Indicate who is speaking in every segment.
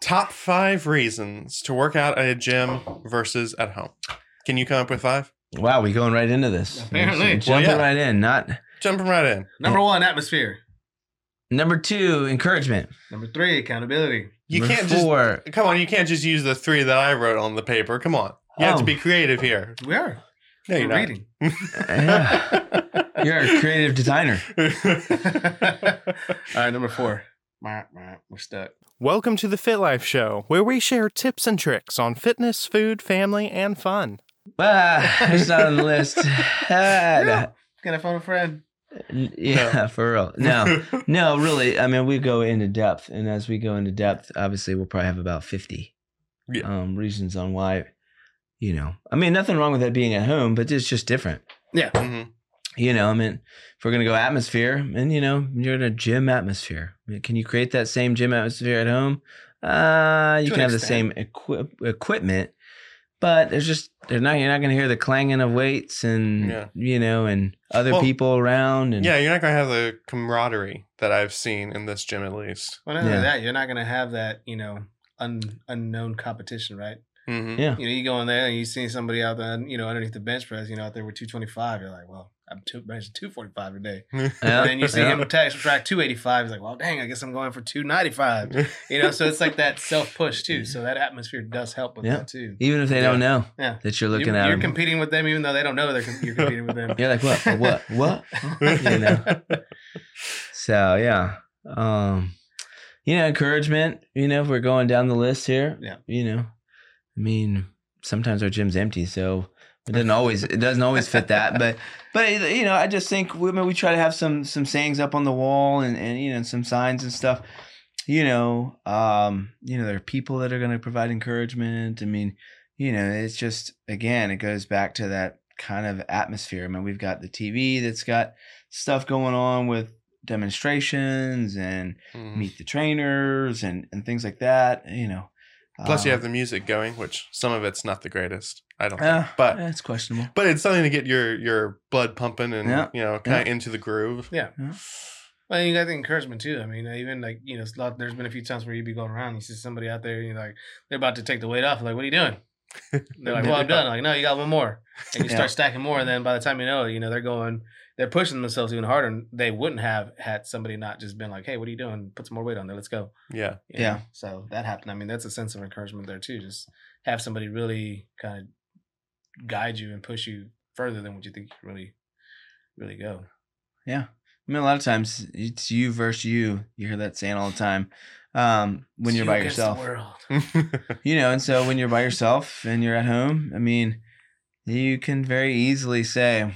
Speaker 1: Top five reasons to work out at a gym versus at home. Can you come up with five?
Speaker 2: Wow, we going right into this.
Speaker 3: Apparently.
Speaker 2: jumping
Speaker 1: Well, yeah.
Speaker 2: right in. Not
Speaker 1: Jumping right in.
Speaker 3: Number one, atmosphere.
Speaker 2: number two, encouragement.
Speaker 3: Number three, accountability.
Speaker 1: You
Speaker 2: number
Speaker 1: can't just
Speaker 2: four,
Speaker 1: come on. You can't just use the three that I wrote on the paper. Come on, you have to
Speaker 2: Oh.
Speaker 1: be creative here.
Speaker 3: We are.
Speaker 1: No, you're
Speaker 3: We're
Speaker 1: not.
Speaker 3: reading.
Speaker 2: Yeah. You're a creative designer.
Speaker 3: All right, number four. Mwah, mwah, We're stuck.
Speaker 1: Welcome to the Fit Life Show, where we share tips and tricks on fitness, food, family, and fun.
Speaker 2: Ah, it's not on the list.
Speaker 3: Yeah.
Speaker 2: Ah,
Speaker 3: Can I phone a friend?
Speaker 2: no. yeah, for real. No, no, really. I mean, we go into depth, and as we go into depth, obviously, we'll probably have about fifty
Speaker 1: Yeah.
Speaker 2: um, reasons on why. You know, I mean, nothing wrong with that being at home, but it's just different.
Speaker 3: Yeah.
Speaker 2: Mm-hmm.
Speaker 1: Mhm.
Speaker 2: You know, I mean, if we're gonna go atmosphere, and you know, you're in a gym atmosphere. I mean, Can you create that same gym atmosphere at home? Uh, you
Speaker 3: To
Speaker 2: can
Speaker 3: an
Speaker 2: have the same
Speaker 3: extent.
Speaker 2: equi- equipment, but there's just they're not. You're not gonna hear the clanging of weights and
Speaker 1: Yeah.
Speaker 2: you know, and other
Speaker 1: Well,
Speaker 2: people around. And
Speaker 1: Yeah, you're not gonna have the camaraderie that I've seen in this gym, at least.
Speaker 3: Well, not only
Speaker 2: Yeah.
Speaker 3: that, you're not going to have that, you know, un- unknown competition, right?
Speaker 1: hmm
Speaker 2: yeah,
Speaker 3: You know, you go in there and you see somebody out there, you know, underneath the bench press, you know, out there with 225. You're like, well, I'm two, benching 245 today.
Speaker 2: Yeah.
Speaker 3: And then you see
Speaker 2: Yeah.
Speaker 3: him tax track 285. He's like, well, dang, I guess I'm going for 295. You know, so it's like that self push too. So that atmosphere does help with
Speaker 2: Yeah.
Speaker 3: that too.
Speaker 2: even if they don't know
Speaker 3: Yeah.
Speaker 2: that you're looking
Speaker 3: you,
Speaker 2: at
Speaker 3: You're
Speaker 2: them.
Speaker 3: competing with them even though they don't know they're com- you're competing with them.
Speaker 2: You're like what? What? What? you know. So yeah. Um you know, encouragement, you know, if we're going down the list here.
Speaker 3: Yeah.
Speaker 2: You know. I mean, sometimes our gym's empty, so it doesn't always it doesn't always fit that. But but you know, I just think we I mean, we try to have some some sayings up on the wall and, and you know, some signs and stuff. You know, um, you know, there are people that are gonna provide encouragement. I mean, you know, it's just again, it goes back to that kind of atmosphere. I mean, we've got the TV that's got stuff going on with demonstrations and
Speaker 1: Mhm.
Speaker 2: meet the trainers and, and things like that. You know,
Speaker 1: Plus, you
Speaker 2: Uh,
Speaker 1: have the music going, which some of it's not the greatest. I don't.
Speaker 2: uh,
Speaker 1: think. But
Speaker 2: that's questionable.
Speaker 1: but it's something to get your your blood pumping and
Speaker 2: Yeah.
Speaker 1: you know kind of into the groove.
Speaker 3: Yeah.
Speaker 2: Yeah.
Speaker 3: Well, you got the encouragement too. I mean, even like you know, it's lot, there's been a few times where you be going around, you see somebody out there, and you're like, they're about to take the weight off. You're like, what are you doing? They're like, well, I'm done. like, no, you got one more, and you
Speaker 2: Yeah.
Speaker 3: start stacking more, and then by the time you know, it, you know, they're going, they're pushing themselves even harder. And they wouldn't have had somebody not just been like, hey, what are you doing? Put some more weight on there. Let's go.
Speaker 1: Yeah.
Speaker 3: You know?
Speaker 2: Yeah.
Speaker 3: So that happened. I mean, that's a sense of encouragement there too. Just have somebody really kind of guide you and push you further than what you think you can really, really go.
Speaker 2: Yeah. I mean, a lot of times it's you versus you. You hear that saying all the time um, when
Speaker 3: It's
Speaker 2: you're
Speaker 3: you
Speaker 2: by
Speaker 3: against the
Speaker 2: yourself.
Speaker 3: world.
Speaker 2: you know and so when you're by yourself and you're at home i mean you can very easily say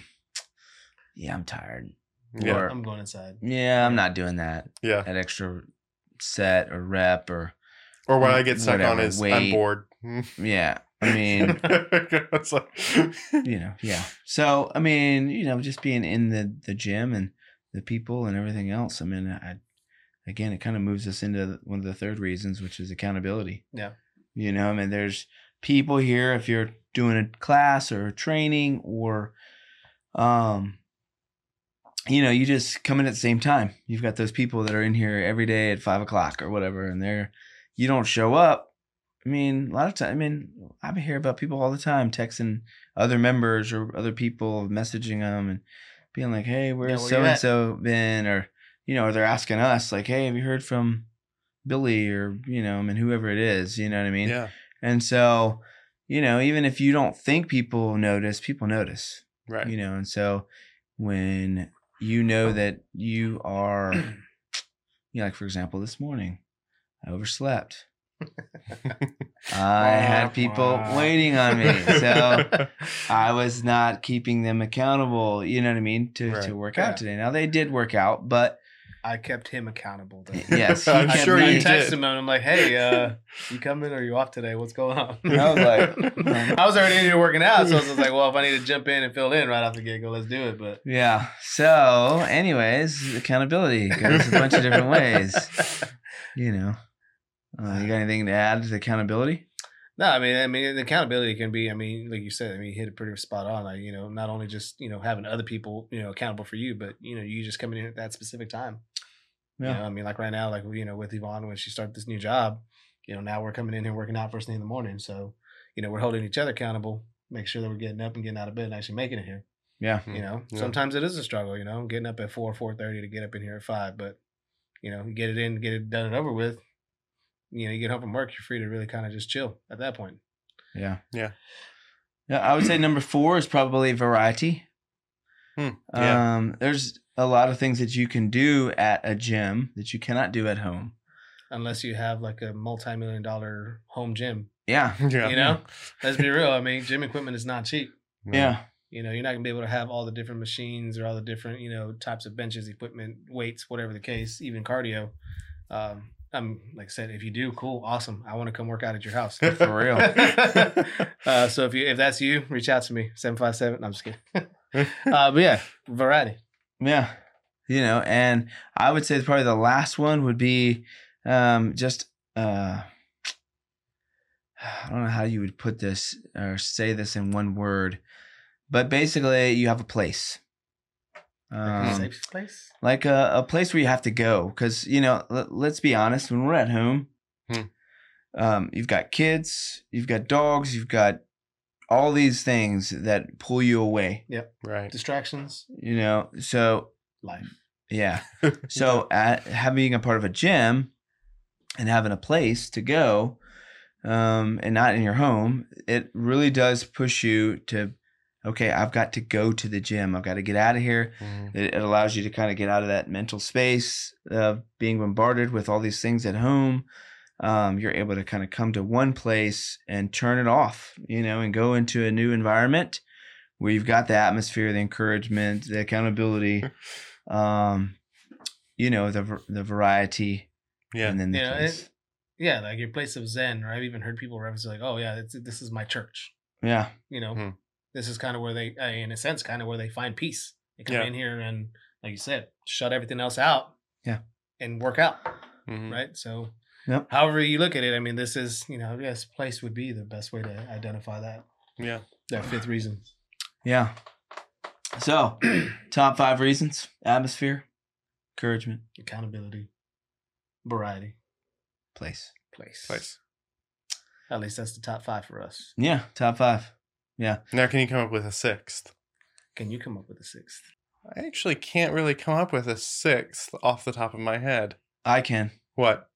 Speaker 2: yeah i'm tired
Speaker 1: yeah.
Speaker 2: or
Speaker 3: I'm going inside.
Speaker 2: yeah i'm not doing that
Speaker 1: Yeah.
Speaker 2: that extra set or rep or
Speaker 1: Or what I get stuck on
Speaker 2: Whatever,
Speaker 1: is I'm
Speaker 2: wait.
Speaker 1: bored.
Speaker 2: yeah i mean
Speaker 1: It's like-
Speaker 2: you know yeah so i mean you know just being in the the gym and the people and everything else i mean i again it kind of moves us into one of the third reasons which is accountability
Speaker 3: Yeah.
Speaker 2: you know i mean there's people here if you're doing a class or a training or um you know you just come in at the same time you've got those people that are in here every day at five o'clock or whatever and they're you don't show up i mean a lot of time i mean i hear about people all the time texting other members or other people messaging them and being like hey
Speaker 3: Yeah,
Speaker 2: where's
Speaker 3: where you
Speaker 2: so and
Speaker 3: at?
Speaker 2: so been or you know or they're asking us like hey have you heard from billy or you know i mean whoever it is you know what i mean
Speaker 1: yeah.
Speaker 2: and so you know even if you don't think people notice people notice
Speaker 1: Right.
Speaker 2: you know and so when you know that you are you know, like for example this morning i overslept
Speaker 1: Oh,
Speaker 2: i had people waiting on me so uh, i was not keeping them accountable you know what i mean to,
Speaker 1: Right.
Speaker 2: to work
Speaker 3: Yeah.
Speaker 2: out today now they did work out but
Speaker 3: I kept him accountable. Though.
Speaker 2: yes he
Speaker 1: I'm
Speaker 2: kept
Speaker 1: sure
Speaker 3: I
Speaker 2: me-
Speaker 1: you did.
Speaker 3: texted him and I'm like, "Hey, uh, you coming or you off today? What's going on?"
Speaker 2: I was like,
Speaker 3: I was already in here working out, so I was just like, "Well, if I need to jump in and fill in right off the get go, let's do it." But
Speaker 2: yeah so anyways accountability goes a bunch of different ways you know. Uh, you got anything to add to accountability?
Speaker 3: no, I mean, I mean, the accountability can be. I mean, like you said, I mean, you hit it pretty spot on. Like, you know, not only just you know having other people you know accountable for you, but you know, you just coming in at that specific time. You know, I mean, like right now, like you know, with Yvonne when she started this new job, you know, now we're coming in here working out first thing in the morning. So, you know, we're holding each other accountable, make sure that we're getting up and getting out of bed and actually making it here.
Speaker 2: Yeah.
Speaker 3: You know,
Speaker 1: Mm, Yeah.
Speaker 3: sometimes it is a struggle, you know, getting up at four, four thirty to get up in here at five, but you know, you get it in, get it done and over with. You know, you get home from work, you're free to really kind of just chill at that point.
Speaker 2: Yeah.
Speaker 1: Yeah.
Speaker 2: Yeah, I would say number four is probably variety.
Speaker 1: Hmm, yeah.
Speaker 2: Um, there's a lot of things that you can do at a gym that you cannot do at home.
Speaker 3: Unless you have like a multi million dollar home gym.
Speaker 2: Yeah.
Speaker 1: Yeah.
Speaker 3: You know? Let's be real. I mean, gym equipment is not cheap.
Speaker 2: Yeah.
Speaker 3: You know, you're not gonna be able to have all the different machines or all the different, you know, types of benches, equipment, weights, whatever the case, even cardio. Um, I'm like I said, if you do, cool, awesome. I want to come work out at your house.
Speaker 2: For real.
Speaker 3: uh, so if you if that's you, reach out to me. Seven five seven. I'm just kidding. uh, but yeah, variety.
Speaker 2: Yeah. You know, and I would say probably the last one would be um, just, uh, I don't know how you would put this or say this in one word, but basically you have a place. Um,
Speaker 3: Safe place.
Speaker 2: like a, a place where you have to go because you know l- let's be honest when we're at home
Speaker 1: Hmm.
Speaker 2: um, you've got kids you've got dogs you've got all these things that pull you away
Speaker 1: Right.
Speaker 3: Distractions.
Speaker 2: you know so
Speaker 3: Life.
Speaker 2: yeah so at, having a part of a gym and having a place to go um, and not in your home it really does push you to okay i've got to go to the gym i've got to get out of here
Speaker 1: Mhm.
Speaker 2: it, it allows you to kind of get out of that mental space of being bombarded with all these things at home um, you're able to kind of come to one place and turn it off you know and go into a new environment where you've got the atmosphere the encouragement the accountability um, you know the var- the variety
Speaker 1: Yeah.
Speaker 2: and then the
Speaker 3: You know,
Speaker 2: place.
Speaker 3: it- Yeah, like your place of zen. Or I've even heard people reference like, oh yeah, it's, this is my church.
Speaker 2: yeah
Speaker 3: you know,
Speaker 2: Mm-hmm.
Speaker 1: Hmm.
Speaker 3: this is kind of where they, uh, in a sense, kind of where they find peace. They come
Speaker 1: Yeah.
Speaker 3: in here and, like you said, shut everything else out.
Speaker 2: Yeah. Mm.
Speaker 3: And work out,
Speaker 1: Mhm.
Speaker 3: right? So,
Speaker 2: Yep.
Speaker 3: however you look at it, I mean, this is, you know, yes, place would be the best way to identify that.
Speaker 1: Yeah.
Speaker 3: That fifth reason.
Speaker 2: yeah so top five reasons atmosphere encouragement
Speaker 3: Accountability, variety,
Speaker 2: place
Speaker 3: place.
Speaker 1: Place.
Speaker 3: At least that's the top five for us.
Speaker 2: yeah top five
Speaker 1: Now, can you come up with a sixth?
Speaker 3: Can you come up with a sixth?
Speaker 1: I actually can't really come up with a sixth off the top of my head.
Speaker 2: i can
Speaker 1: What?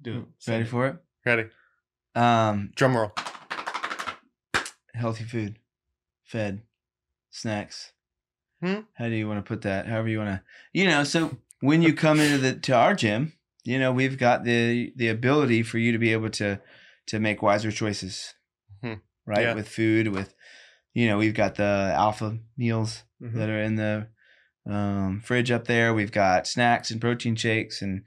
Speaker 3: Do it. Say
Speaker 2: Mm, ready
Speaker 3: it.
Speaker 2: for it
Speaker 1: Ready?
Speaker 2: um
Speaker 1: Drum roll.
Speaker 2: healthy food, fed, snacks.
Speaker 1: Hmm?
Speaker 2: How do you want to put that? However you want to, you know. So when you come into the to our gym, you know we've got the the ability for you to be able to to make wiser choices,
Speaker 1: Mhm.
Speaker 2: right?
Speaker 1: Yeah.
Speaker 2: With food, with you know we've got the alpha meals
Speaker 3: Mhm.
Speaker 1: Mm-hmm.
Speaker 2: that are in the um, fridge up there. We've got snacks and protein shakes and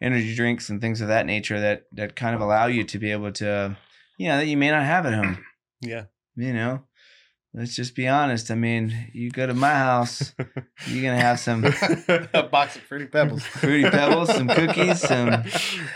Speaker 2: energy drinks and things of that nature that that kind of allow you to be able to, you know, that you may not have at home.
Speaker 1: Yeah.
Speaker 2: You know, let's just be honest. I mean, you go to my house, you're gonna have some.
Speaker 3: A box of fruity pebbles.
Speaker 2: Fruity Pebbles, some cookies, some-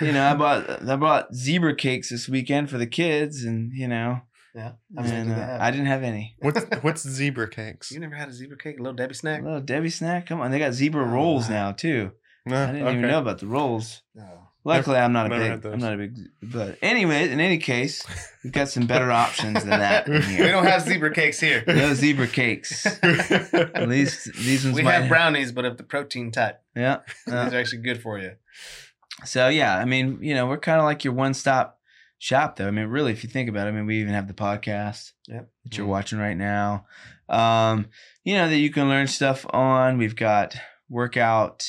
Speaker 2: You know, I bought I bought zebra cakes this weekend for the kids, and you know,
Speaker 3: Yeah. How many
Speaker 2: and,
Speaker 3: do
Speaker 2: uh,
Speaker 3: they have?
Speaker 2: I didn't have any.
Speaker 1: What's what's zebra cakes?
Speaker 3: You never had a zebra cake, a little Debbie snack?
Speaker 2: Little Debbie snack, come on! They got zebra
Speaker 3: Oh,
Speaker 2: rolls
Speaker 3: wow.
Speaker 2: now too.
Speaker 1: No,
Speaker 2: I didn't even
Speaker 1: Ah. okay.
Speaker 2: know about the rolls.
Speaker 3: No.
Speaker 2: Luckily, I'm not a
Speaker 1: never had
Speaker 2: big.
Speaker 1: those.
Speaker 2: I'm not a big. But anyways, in any case, we've got some better options than that in
Speaker 1: We
Speaker 2: here.
Speaker 1: don't have
Speaker 3: zebra cakes here.
Speaker 2: No zebra cakes. At least these ones
Speaker 3: We
Speaker 2: might
Speaker 3: have brownies, but of the protein type.
Speaker 2: Yeah. Uh,
Speaker 3: These are actually good for you.
Speaker 2: so yeah, I mean, you know, we're kind of like your one stop shop, though. I mean, really, if you think about it, I mean, we even have the podcast
Speaker 3: Yep.
Speaker 2: that you're
Speaker 1: Mm.
Speaker 2: watching right now. Um, you know that you can learn stuff on. We've got workout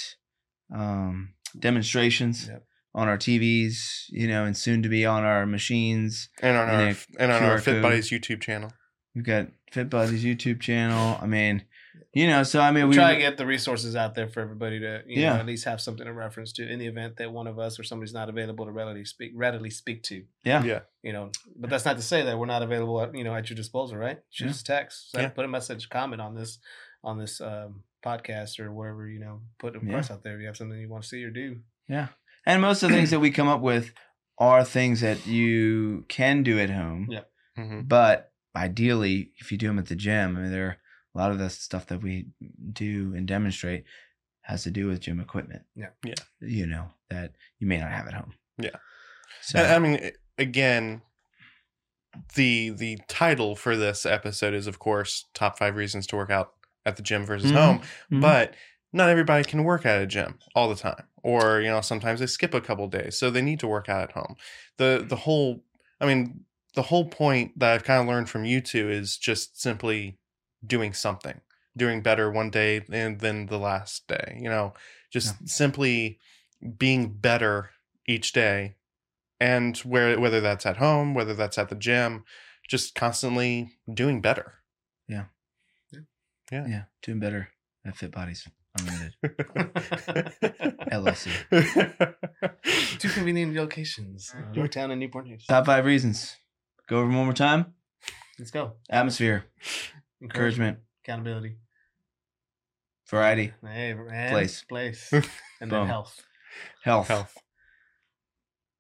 Speaker 2: um, demonstrations.
Speaker 3: Yep.
Speaker 2: On our TVs, you know, and soon to be on our machines.
Speaker 1: and on
Speaker 2: And
Speaker 1: our
Speaker 2: a
Speaker 1: and on our
Speaker 2: QR code.
Speaker 1: Fit Buddies YouTube channel.
Speaker 2: We've got FitBuzzy's YouTube channel. I mean, you know, so I mean, we
Speaker 3: try to get the resources out there for everybody to, you
Speaker 2: Yeah.
Speaker 3: know, at least have something to reference to in the event that one of us or somebody's not available to readily speak readily speak to.
Speaker 2: yeah,
Speaker 1: Yeah.
Speaker 3: You know, but that's not to say that we're not available, at, you know, at your disposal, right? Shoot
Speaker 2: Yeah.
Speaker 3: us a text, so
Speaker 1: Yeah.
Speaker 3: put a message, comment on this, on this um, podcast or whatever, you know, put a
Speaker 2: Yeah.
Speaker 3: press out there if you have something you want to see or do.
Speaker 2: yeah. And most of the things that we come up with are things that you can do at home,
Speaker 3: Yeah.
Speaker 1: hmm
Speaker 2: but ideally, if you do them at the gym, I mean, there are a lot of the stuff that we do and demonstrate has to do with gym equipment.
Speaker 3: Yeah.
Speaker 1: Yeah.
Speaker 2: you know that you may not have at home.
Speaker 1: Yeah.
Speaker 2: So
Speaker 1: And, I mean, again, the the title for this episode is, of course, top five reasons to work out at the gym versus
Speaker 2: Mhm.
Speaker 1: home.
Speaker 3: Mm-hmm.
Speaker 2: Mhm.
Speaker 1: But not everybody can work at a gym all the time, or you know, sometimes they skip a couple days, so they need to work out at home. the The whole, I mean, the whole point that I've kind of learned from you two is just simply doing something, doing better one day and then the last day. You know, just simply being better each day and where whether that's at home, whether that's at the gym, just constantly doing better.
Speaker 3: Mm-hmm.
Speaker 2: yeah, doing better at Fit Bodies Unlimited LLC.
Speaker 3: Two convenient locations. Yorktown and Newport News.
Speaker 2: Top five reasons. Go over 'em one more time.
Speaker 3: Let's go.
Speaker 2: Atmosphere, encouragement,
Speaker 3: Accountability.
Speaker 2: variety,
Speaker 3: Hey, and
Speaker 2: Place.
Speaker 3: Place. And
Speaker 2: Boom.
Speaker 3: then health.
Speaker 2: health.
Speaker 1: Health.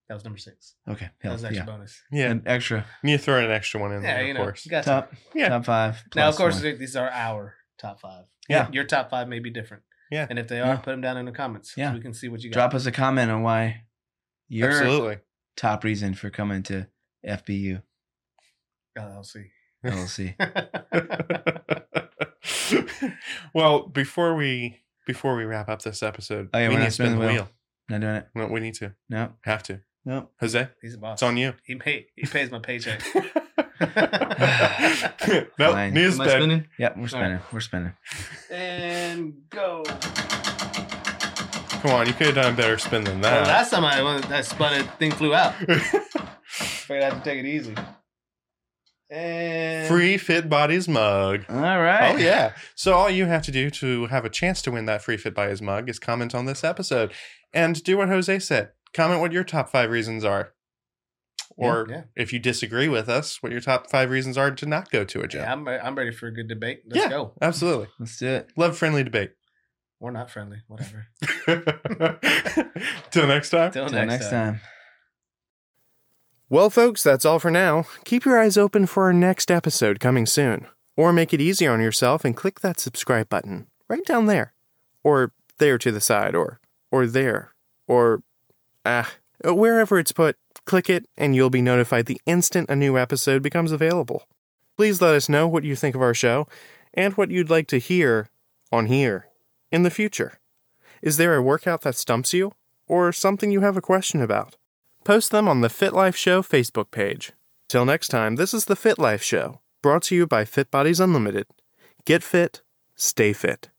Speaker 3: That was number six.
Speaker 2: Okay,
Speaker 3: That
Speaker 2: health.
Speaker 3: was
Speaker 2: Yeah.
Speaker 3: extra bonus.
Speaker 1: Yeah.
Speaker 2: And extra
Speaker 1: And you throw an extra one in
Speaker 3: Yeah,
Speaker 1: there,
Speaker 3: you
Speaker 1: of
Speaker 3: know.
Speaker 1: course.
Speaker 3: You got
Speaker 2: top.
Speaker 1: Yeah.
Speaker 2: Top five.
Speaker 3: Now, of
Speaker 2: plus
Speaker 3: course,
Speaker 2: one.
Speaker 3: these are our top five.
Speaker 1: Yeah.
Speaker 3: Your top five may be different.
Speaker 1: Yeah.
Speaker 3: And if they are,
Speaker 2: Yeah.
Speaker 3: put them down in the comments. so
Speaker 2: Yeah.
Speaker 3: we can see what you got.
Speaker 2: drop us a comment on why your
Speaker 1: Absolutely.
Speaker 2: top reason for coming to FBU
Speaker 3: LLC.
Speaker 2: LLC.
Speaker 1: well, before we before we wrap up this episode,
Speaker 2: Oh, yeah,
Speaker 1: we
Speaker 2: we're
Speaker 1: need
Speaker 2: not
Speaker 1: to spin the
Speaker 2: spinning the
Speaker 1: wheel.
Speaker 2: Not doing it.
Speaker 1: No, We need to
Speaker 2: No.
Speaker 1: have to.
Speaker 2: No.
Speaker 1: Jose,
Speaker 3: He's a boss.
Speaker 1: it's on you.
Speaker 3: He, pay, he pays my paycheck.
Speaker 1: no,
Speaker 2: Fine.
Speaker 1: news
Speaker 3: Am I
Speaker 1: bed.
Speaker 3: spinning?
Speaker 2: Yep, we're spinning. We're spinning.
Speaker 3: And go.
Speaker 1: Come on, you could have done a better spin than
Speaker 3: Well,
Speaker 1: that.
Speaker 3: last time I, went- I spun it, thing flew out. Figured I had to take it easy. And
Speaker 1: Free Fit Bodies mug.
Speaker 2: All right.
Speaker 1: Oh yeah. So all you have to do to have a chance to win that free fit by his mug is comment on this episode and do what Jose said. Comment what your top 5 reasons are. Or
Speaker 3: Yeah, yeah.
Speaker 1: if you disagree with us, what your top 5 reasons are to not go to a gym.
Speaker 3: Yeah, I'm, re- I'm ready for a good debate. Let's
Speaker 1: Yeah.
Speaker 3: go.
Speaker 1: Absolutely.
Speaker 2: Let's do it.
Speaker 1: Love friendly debate.
Speaker 3: We're not friendly. Whatever.
Speaker 1: Till next time.
Speaker 3: Till
Speaker 2: Till next time.
Speaker 1: Well, folks, that's all for now. Keep your eyes open for our next episode coming soon. Or make it easier on yourself and click that subscribe button right down there. Or there to the side, or, or there, or, ah, wherever it's put, click it and you'll be notified the instant a new episode becomes available. Please let us know what you think of our show and what you'd like to hear on here in the future. Is there a workout that stumps you, or something you have a question about? post them on the Fit Life Show Facebook page. Till next time, this is the Fit Life Show, brought to you by Fit Bodies Unlimited. Get fit, stay fit.